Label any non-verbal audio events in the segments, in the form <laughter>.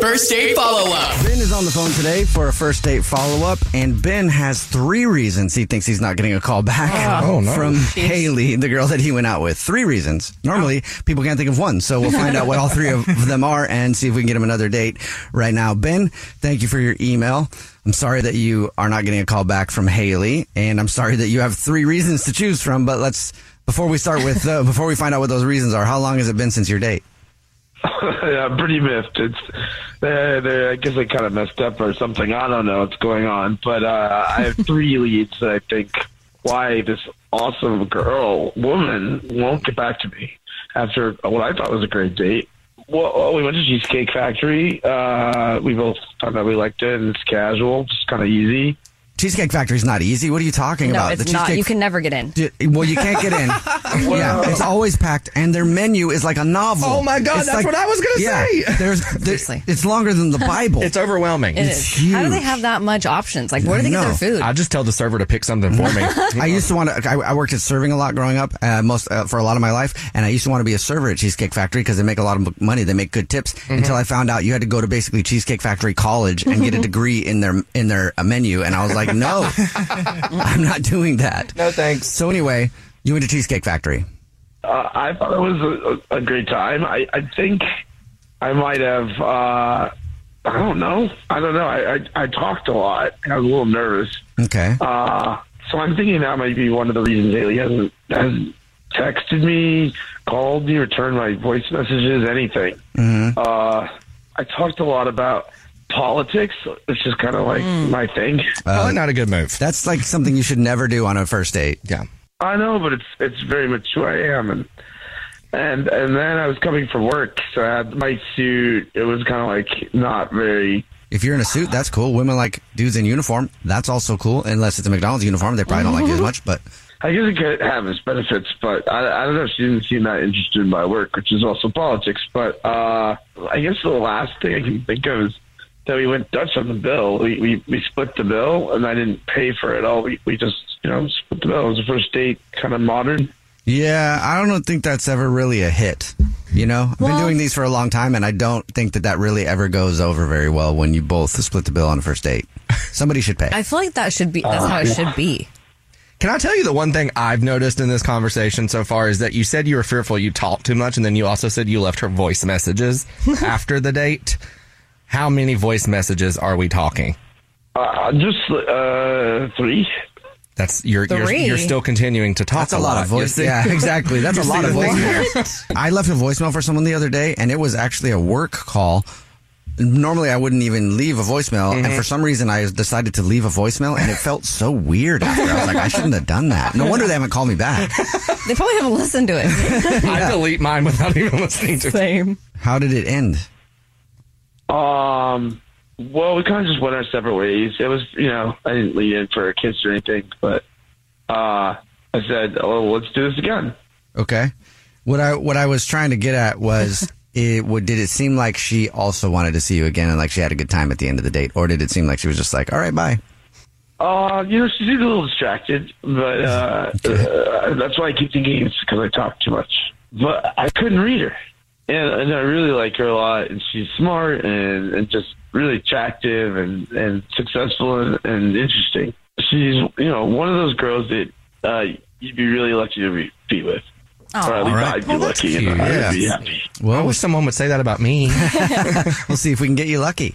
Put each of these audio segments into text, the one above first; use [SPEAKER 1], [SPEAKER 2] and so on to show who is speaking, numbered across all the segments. [SPEAKER 1] First date follow up.
[SPEAKER 2] Ben is on the phone today for a first date follow up, and Ben has three reasons he thinks he's not getting a call <laughs> back
[SPEAKER 3] Oh, no.
[SPEAKER 2] from Haley, the girl that he went out with. Three reasons. Normally,
[SPEAKER 4] <laughs>
[SPEAKER 2] people can't think of one, so we'll find out what all three of them are and see if we can get him another date right now. Ben, thank you for your email. I'm sorry that you are not getting a call back from Haley, and I'm sorry that you have three reasons to choose from, but let's. Before we start with, uh, before we find out what those reasons are, how long has it been since your date?
[SPEAKER 4] <laughs> yeah, I'm pretty miffed. It's they, they, I guess I kind of messed up or something. I don't know what's going on, but uh,
[SPEAKER 2] <laughs>
[SPEAKER 4] I have three leads that I think why this awesome girl woman won't get back to me after what I thought was a great date. Well, we went to Cheesecake Factory. Uh, we both found out we liked it, and it's casual, just kind of easy.
[SPEAKER 2] Cheesecake Factory's not easy. What are you talking
[SPEAKER 5] No,
[SPEAKER 2] about?
[SPEAKER 5] it's not.
[SPEAKER 2] Cheesecake
[SPEAKER 5] You can never get in.
[SPEAKER 2] D- Well, you can't
[SPEAKER 3] <laughs>
[SPEAKER 2] get in. yeah, it's always packed, and their menu is like a novel.
[SPEAKER 3] Oh my God,
[SPEAKER 2] It's
[SPEAKER 3] that's what I was gonna
[SPEAKER 2] yeah,
[SPEAKER 3] say.
[SPEAKER 2] There's, there's,
[SPEAKER 5] Seriously.
[SPEAKER 2] it's longer
[SPEAKER 3] <laughs>
[SPEAKER 2] than the Bible.
[SPEAKER 3] It's overwhelming.
[SPEAKER 5] It
[SPEAKER 2] It's
[SPEAKER 5] is. How do they
[SPEAKER 2] huge.
[SPEAKER 5] have that much options? Like, where do they
[SPEAKER 6] Oh.
[SPEAKER 5] get their
[SPEAKER 2] know.
[SPEAKER 5] food?
[SPEAKER 3] I just tell the server to pick something for me.
[SPEAKER 2] <laughs> I used to want to. I, I worked at serving a lot growing up, uh, most uh, for a lot of my life, and I used to want to be a server at Cheesecake Factory because they make a lot of money. They make good tips.
[SPEAKER 3] Mm-hmm.
[SPEAKER 2] Until I found out you had to go to basically Cheesecake Factory college and
[SPEAKER 3] <laughs>
[SPEAKER 2] get a degree in their in their uh, menu, and I was like, no, I'm not doing that.
[SPEAKER 3] no thanks.
[SPEAKER 2] So anyway, you went to Cheesecake Factory.
[SPEAKER 4] Uh, I thought it was a, a great time. I, I think I might have. Uh, I don't know. I don't know. I, I, I talked a lot. I was a little nervous.
[SPEAKER 2] Okay.
[SPEAKER 4] Uh, so I'm thinking that might be one of the reasons Haley hasn't, hasn't texted me, called me, returned my voice messages, anything.
[SPEAKER 2] Mm-hmm.
[SPEAKER 4] Uh, I talked a lot about politics, which is kind of like my thing.
[SPEAKER 3] Probably not a good move.
[SPEAKER 2] Uh, That's like something you should never do on a first date.
[SPEAKER 3] yeah.
[SPEAKER 4] I know, but it's it's very much who I am, and and and then I was coming from work, so I had my suit. It was kind of like not very.
[SPEAKER 2] If you're in a suit, that's cool. Women like dudes in uniform. That's also cool, unless it's a McDonald's uniform. They probably
[SPEAKER 3] <laughs>
[SPEAKER 2] don't like you as much, but
[SPEAKER 4] I guess it could have its benefits, but I, I don't know. She didn't seem that interested in my work, which is also politics. But uh, I guess the last thing I can think of is that we went Dutch on the bill. We we, we split the bill, and I didn't pay for it all. We we just you know split the bill. It was the first date, kind of modern.
[SPEAKER 2] yeah, I don't think that's ever really a hit. You know, I've been doing these for a long time, and I don't think that that really ever goes over very well when you both split the bill on a first date. Somebody should pay.
[SPEAKER 5] I feel like that should be. That's how it should be.
[SPEAKER 3] Can I tell you the one thing I've noticed in this conversation so far is that you said you were fearful you talked too much, and then you also said you left her
[SPEAKER 5] <laughs>
[SPEAKER 3] voice messages after the date. How many voice messages are we talking?
[SPEAKER 4] Uh, just uh, three.
[SPEAKER 3] That's you're you're,
[SPEAKER 5] Three? <laughs>
[SPEAKER 3] you're still continuing to talk.
[SPEAKER 2] That's a lot of
[SPEAKER 3] You
[SPEAKER 2] voice.
[SPEAKER 3] see?
[SPEAKER 2] Yeah, exactly. That's a
[SPEAKER 3] You see
[SPEAKER 2] lot of
[SPEAKER 3] the
[SPEAKER 2] voice.
[SPEAKER 3] thing
[SPEAKER 2] I left a voicemail for someone the other day, and it was actually a work call. Normally, I wouldn't even leave a voicemail,
[SPEAKER 3] Mm-hmm.
[SPEAKER 2] and for some reason, I decided to leave a voicemail, and it felt so weird. After. I was like, I shouldn't have done that. No wonder they haven't called me back.
[SPEAKER 5] They probably haven't listened to it.
[SPEAKER 3] <laughs> I delete mine without even listening to. it.
[SPEAKER 5] Same.
[SPEAKER 2] How did it end?
[SPEAKER 4] Um, Well, we kind of just went our separate ways. It was, you know, I didn't lean in for a kiss or anything, but uh, I said, "Oh, let's do this again."
[SPEAKER 2] Okay. What I what I was trying to get at
[SPEAKER 4] <laughs>
[SPEAKER 2] was it would did it seem like she also wanted to see you again and like she had a good time at the end of the date or did it seem like she was just like, "All right, bye."
[SPEAKER 4] Uh, you know, she's a little distracted,
[SPEAKER 2] <laughs>
[SPEAKER 4] but uh, uh, that's why I keep thinking it's because I talk too much. But I couldn't read her, and, and I really like her a lot, and she's smart and, and just really attractive and and successful and, and interesting. She's you know one of those girls that uh, you'd be really lucky to be, be with.
[SPEAKER 3] Oh,
[SPEAKER 4] or at least I'd be
[SPEAKER 3] Well, that's
[SPEAKER 4] lucky,
[SPEAKER 3] cute.
[SPEAKER 4] and I'd be
[SPEAKER 3] Yeah.
[SPEAKER 4] happy.
[SPEAKER 3] Well, I wish someone would say that about <laughs> me.
[SPEAKER 2] <laughs> we'll see if we can get you lucky.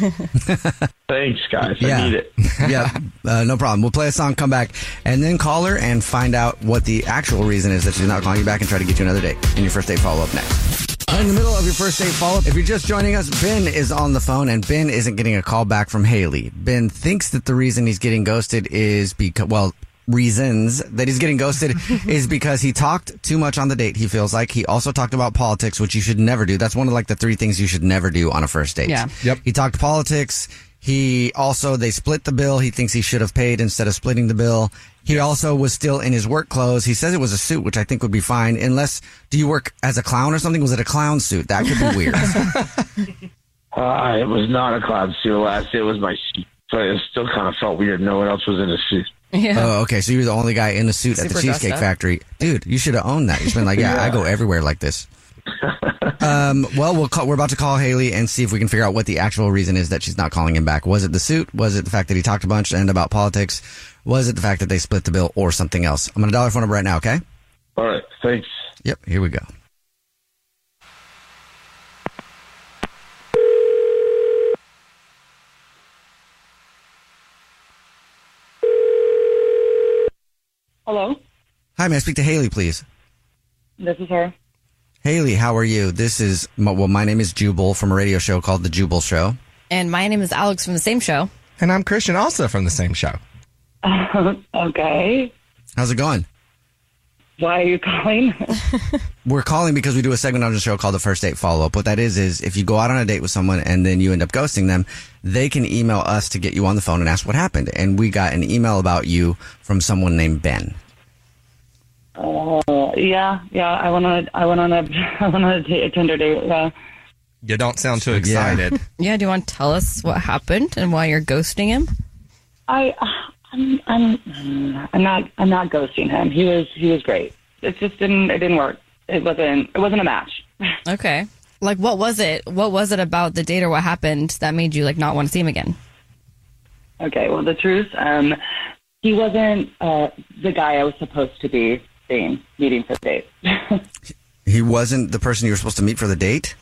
[SPEAKER 4] <laughs> Thanks, guys.
[SPEAKER 2] Yeah.
[SPEAKER 4] I need it.
[SPEAKER 2] <laughs> yeah, uh, no problem. We'll play a song, come back, and then call her and find out what the actual reason is that she's not calling you back and try to get you another date. And your first date follow up next. uh, In the middle of your first date follow up, if you're just joining us, Ben is on the phone and Ben isn't getting a call back from Haley. Ben thinks that the reason he's getting ghosted is because, well, reasons that he's getting ghosted is because he talked too much on the date. He feels like he also talked about politics, which you should never do. That's one of like the three things you should never do on a first date.
[SPEAKER 7] Yeah.
[SPEAKER 2] Yep. He talked politics. He also they split the bill. He thinks he should have paid instead of splitting the bill. He also was still in his work clothes. He says it was a suit, which I think would be fine, unless do you work as a clown or something? Was it a clown suit? That could
[SPEAKER 4] <laughs>
[SPEAKER 2] be weird.
[SPEAKER 4] Uh, it was not a cloud suit. Last it was my suit, but it still kind of felt weird. No one else was in a suit.
[SPEAKER 2] Oh, okay. So you were the only guy in the suit at the
[SPEAKER 4] Super
[SPEAKER 2] Cheesecake
[SPEAKER 4] dressed up.
[SPEAKER 2] Factory, dude. You should have owned that. You've been like, yeah,
[SPEAKER 4] <laughs> Yeah.
[SPEAKER 2] I go everywhere like this. um, well, we'll call, we're about to call Haley and see if we can figure out what the actual reason is that she's not calling him back. Was it the suit? Was it the fact that he talked a bunch and about politics? Was it the fact that they split the bill or something else? I'm gonna dollar phone up right now. Okay.
[SPEAKER 4] All right, thanks.
[SPEAKER 2] Yep. Here we go.
[SPEAKER 8] Hello,
[SPEAKER 2] Hi, may I speak to Haley, please?
[SPEAKER 8] this is her.
[SPEAKER 2] Haley, how are you? This is my, well, my name is Jubal from a radio show called The Jubal Show.
[SPEAKER 5] And my name is Alex from the same show.
[SPEAKER 3] And I'm Christian, also from the same show.
[SPEAKER 8] okay.
[SPEAKER 2] How's it going?
[SPEAKER 8] Why are you calling?
[SPEAKER 2] <laughs> We're calling because we do a segment on the show called the first date follow up. What that is is if you go out on a date with someone and then you end up ghosting them, they can email us to get you on the phone and ask what happened. And we got an email about you from someone named Ben.
[SPEAKER 8] Uh, yeah, yeah. I went on. A, I went on a. <laughs> I went on a, date, a Tinder date. Yeah.
[SPEAKER 3] You don't sound too excited.
[SPEAKER 5] Yeah, do you want to tell us what happened and why you're ghosting him?
[SPEAKER 8] I. I'm. I'm. I'm not. I'm not ghosting him. He was. He was great. It just didn't. It didn't work. It wasn't. It wasn't a match.
[SPEAKER 5] Okay. Like, what was it? What was it about the date or what happened that made you like not want to see him again?
[SPEAKER 8] Okay. Well, the truth. Um, he wasn't uh, the guy I was supposed to be seeing, meeting for the date.
[SPEAKER 2] <laughs> He wasn't the person you were supposed to meet for the date?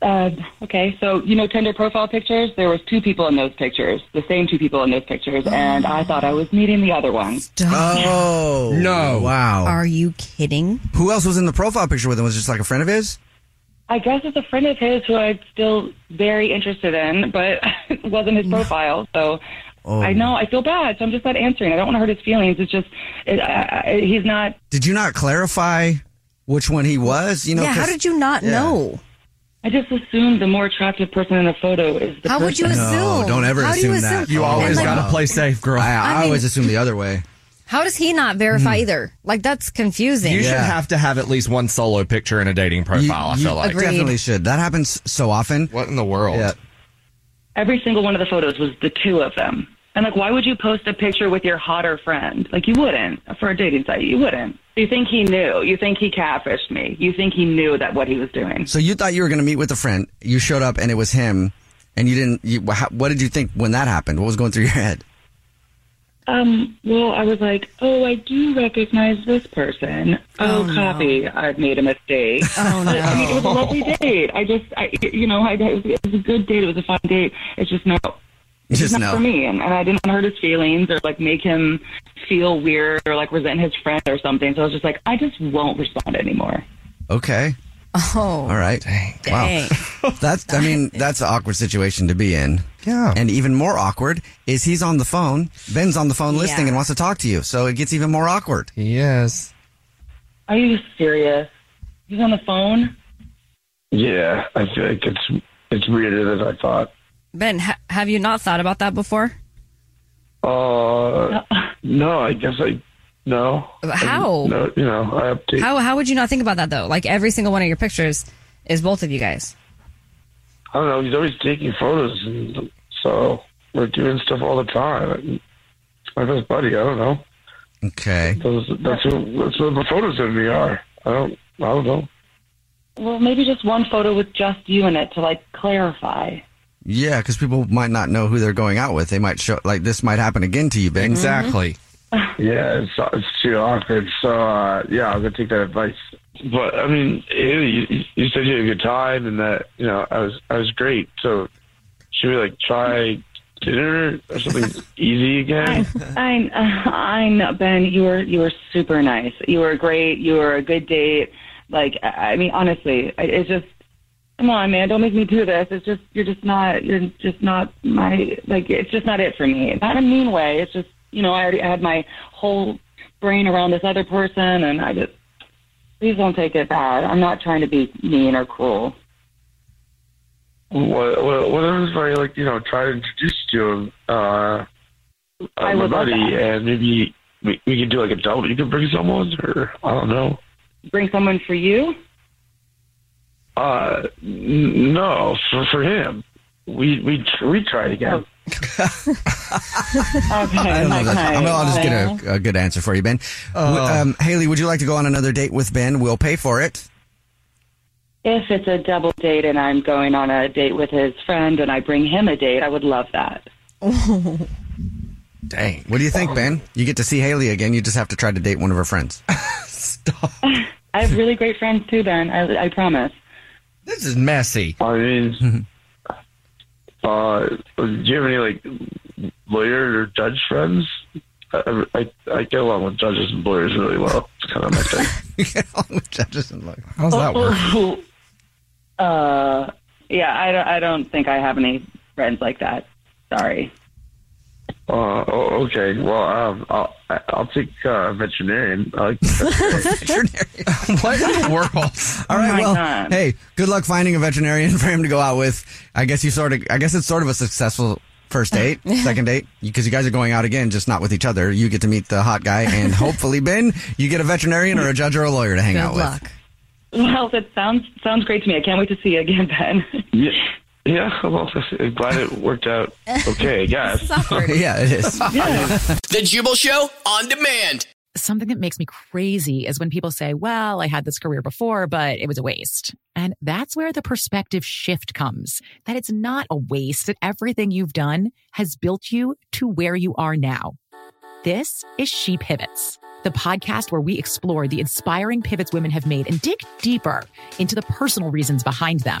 [SPEAKER 8] Uh, okay, so you know Tinder profile pictures. There was two people in those pictures, the same two people in those pictures, and I thought I was meeting the other one.
[SPEAKER 2] Oh. No. Wow.
[SPEAKER 5] Are you kidding?
[SPEAKER 2] Who else was in the profile picture with him? Was it just like a friend of his?
[SPEAKER 8] I guess it's a friend of his who I'm still very interested in, but <laughs> it wasn't his profile. So
[SPEAKER 2] Oh.
[SPEAKER 8] I know I feel bad, so I'm just not answering. I don't want to hurt his feelings. It's just it, I, I, he's not.
[SPEAKER 2] Did you not clarify which one he was? You know,
[SPEAKER 8] Yeah, how
[SPEAKER 2] 'cause-
[SPEAKER 8] did you not
[SPEAKER 2] Yeah.
[SPEAKER 8] know? I just assumed the more attractive person in the photo is the
[SPEAKER 5] How
[SPEAKER 8] person.
[SPEAKER 5] would you assume?
[SPEAKER 2] No, don't ever
[SPEAKER 5] How do
[SPEAKER 2] assume
[SPEAKER 5] you
[SPEAKER 2] that.
[SPEAKER 5] assume? You always And, like- gotta
[SPEAKER 2] play safe, girl. I, I
[SPEAKER 5] I mean-
[SPEAKER 2] always assume the other way.
[SPEAKER 5] How does he not verify either? Like, that's confusing.
[SPEAKER 3] You should have to have at least one solo picture in a dating profile,
[SPEAKER 2] You-
[SPEAKER 3] I feel
[SPEAKER 2] you
[SPEAKER 3] like.
[SPEAKER 2] definitely should. That happens so often.
[SPEAKER 3] What in the world?
[SPEAKER 8] Every single one of the photos was the two of them. And like, why would you post a picture with your hotter friend? Like, you wouldn't for a dating site. You wouldn't. You think he knew? You think he catfished me? You think he knew that what he was doing?
[SPEAKER 2] So you thought you were going to meet with a friend. You showed up and it was him, and you didn't. You, wha- how, what did you think when that happened? What was going through your <laughs> head?
[SPEAKER 8] Um. Well, I was like, oh, I do recognize this person. Oh, copy. I've made a mistake.
[SPEAKER 5] <laughs> Oh no.
[SPEAKER 8] I mean, it was a lovely date. I just, I, you know, I, it was a good date. It was a fun date. It's just no. It's
[SPEAKER 2] Just
[SPEAKER 8] not
[SPEAKER 2] no.
[SPEAKER 8] for me, and, and I didn't want to hurt his feelings or like make him feel weird or like resent his friend or something. So I was just like, I just won't respond anymore.
[SPEAKER 2] Okay.
[SPEAKER 5] Oh.
[SPEAKER 2] All right. Wow. <laughs> That's. I mean, that's an awkward situation to be in. Yeah. And even more awkward is he's on the phone. Ben's on the phone listening and wants to talk to you. So it gets even more awkward. Yes.
[SPEAKER 8] Are you serious? He's on the phone.
[SPEAKER 4] Yeah, I feel like it's it's weirder than I thought.
[SPEAKER 5] Ben, ha- have you not thought about that before?
[SPEAKER 4] Uh, no, I guess I no.
[SPEAKER 5] How?
[SPEAKER 4] I, no, you know, I update.
[SPEAKER 5] How how would you not think about that though? Like every single one of your pictures is both of you guys.
[SPEAKER 4] I don't know. He's always taking photos, and so we're doing stuff all the time. It's my best buddy. I don't know.
[SPEAKER 2] Okay.
[SPEAKER 4] Those, that's who. That's what the photos of me are. I don't. I don't know.
[SPEAKER 8] Well, maybe just one photo with just you in it to like clarify.
[SPEAKER 2] Yeah, because people might not know who they're going out with. They might show like this might happen again to you, Ben.
[SPEAKER 4] Exactly. yeah, it's, it's too awkward. So uh, yeah, I'm gonna take that advice. But I mean, you, you- you said you had a good time, and that you know I was I was great. So should we like try dinner or something <laughs> easy again?
[SPEAKER 8] I, <laughs> I know, Ben. You were you were super nice. You were great. You were a good date. Like, I I mean, honestly, I- it's just, come on, man, don't make me do this. It's just, you're just not, you're just not my, like, it's just not it for me. Not in a mean way. It's just, you know, I already had my whole brain around this other person, and I just, please don't take it bad. I'm not trying to be mean or cruel.
[SPEAKER 4] What, what, what if I like you know try to introduce you to him, uh, uh,
[SPEAKER 8] I
[SPEAKER 4] my
[SPEAKER 8] would love
[SPEAKER 4] buddy,
[SPEAKER 8] that.
[SPEAKER 4] and maybe we, we could do like a double. You could bring someone, or I don't know.
[SPEAKER 8] Bring someone for you.
[SPEAKER 4] Uh, n- no, for for him, we we we tried again.
[SPEAKER 8] Okay,
[SPEAKER 2] I don't know. That. I'm, I'll just get a, a good answer for you, Ben. W- um, Haley, would you like to go on another date with Ben? We'll pay for it.
[SPEAKER 8] If it's a double date and I'm going on a date with his friend and I bring him a date, I would love that.
[SPEAKER 2] Dang. What do you think, Ben? You get to see Haley again. You just have to try to date one of her friends.
[SPEAKER 8] I have really great friends too, Ben. I, I promise.
[SPEAKER 3] This is messy.
[SPEAKER 4] I mean,
[SPEAKER 8] Mm-hmm.
[SPEAKER 4] uh, do you have any like lawyer or judge friends? I, I I get along with judges and lawyers really well. It's kind of my thing.
[SPEAKER 2] judges and lawyers.
[SPEAKER 3] How's that work?
[SPEAKER 8] Uh, yeah, I don't, I don't think I have any friends like that. Sorry.
[SPEAKER 4] Uh, oh, okay. Well, um, I'll I'll take uh, veterinarian. I like
[SPEAKER 3] what in the world?
[SPEAKER 2] <laughs> All right.
[SPEAKER 4] my
[SPEAKER 2] well,
[SPEAKER 4] God.
[SPEAKER 2] hey, good luck finding a veterinarian <laughs> for him to go out with. I guess you sort of. I guess it's sort of a successful first date, second date, because you guys are going out again, just not with each other. You get to meet the hot guy, and hopefully, Ben, you get a veterinarian or a judge or a lawyer to hang
[SPEAKER 8] Good
[SPEAKER 2] out
[SPEAKER 8] luck.
[SPEAKER 2] with.
[SPEAKER 8] Well, that sounds sounds great to me. I can't wait to see you again, <laughs> Ben.
[SPEAKER 4] yeah, yeah. Well, <laughs> I'm glad it worked out. Okay, I guess.
[SPEAKER 2] yeah, it is.
[SPEAKER 1] The Jubal Show on demand.
[SPEAKER 9] Something that makes me crazy is when people say, well, I had this career before, but it was a waste. And that's where the perspective shift comes that it's not a waste, that everything you've done has built you to where you are now. This is She Pivots, the podcast where we explore the inspiring pivots women have made and dig deeper into the personal reasons behind them.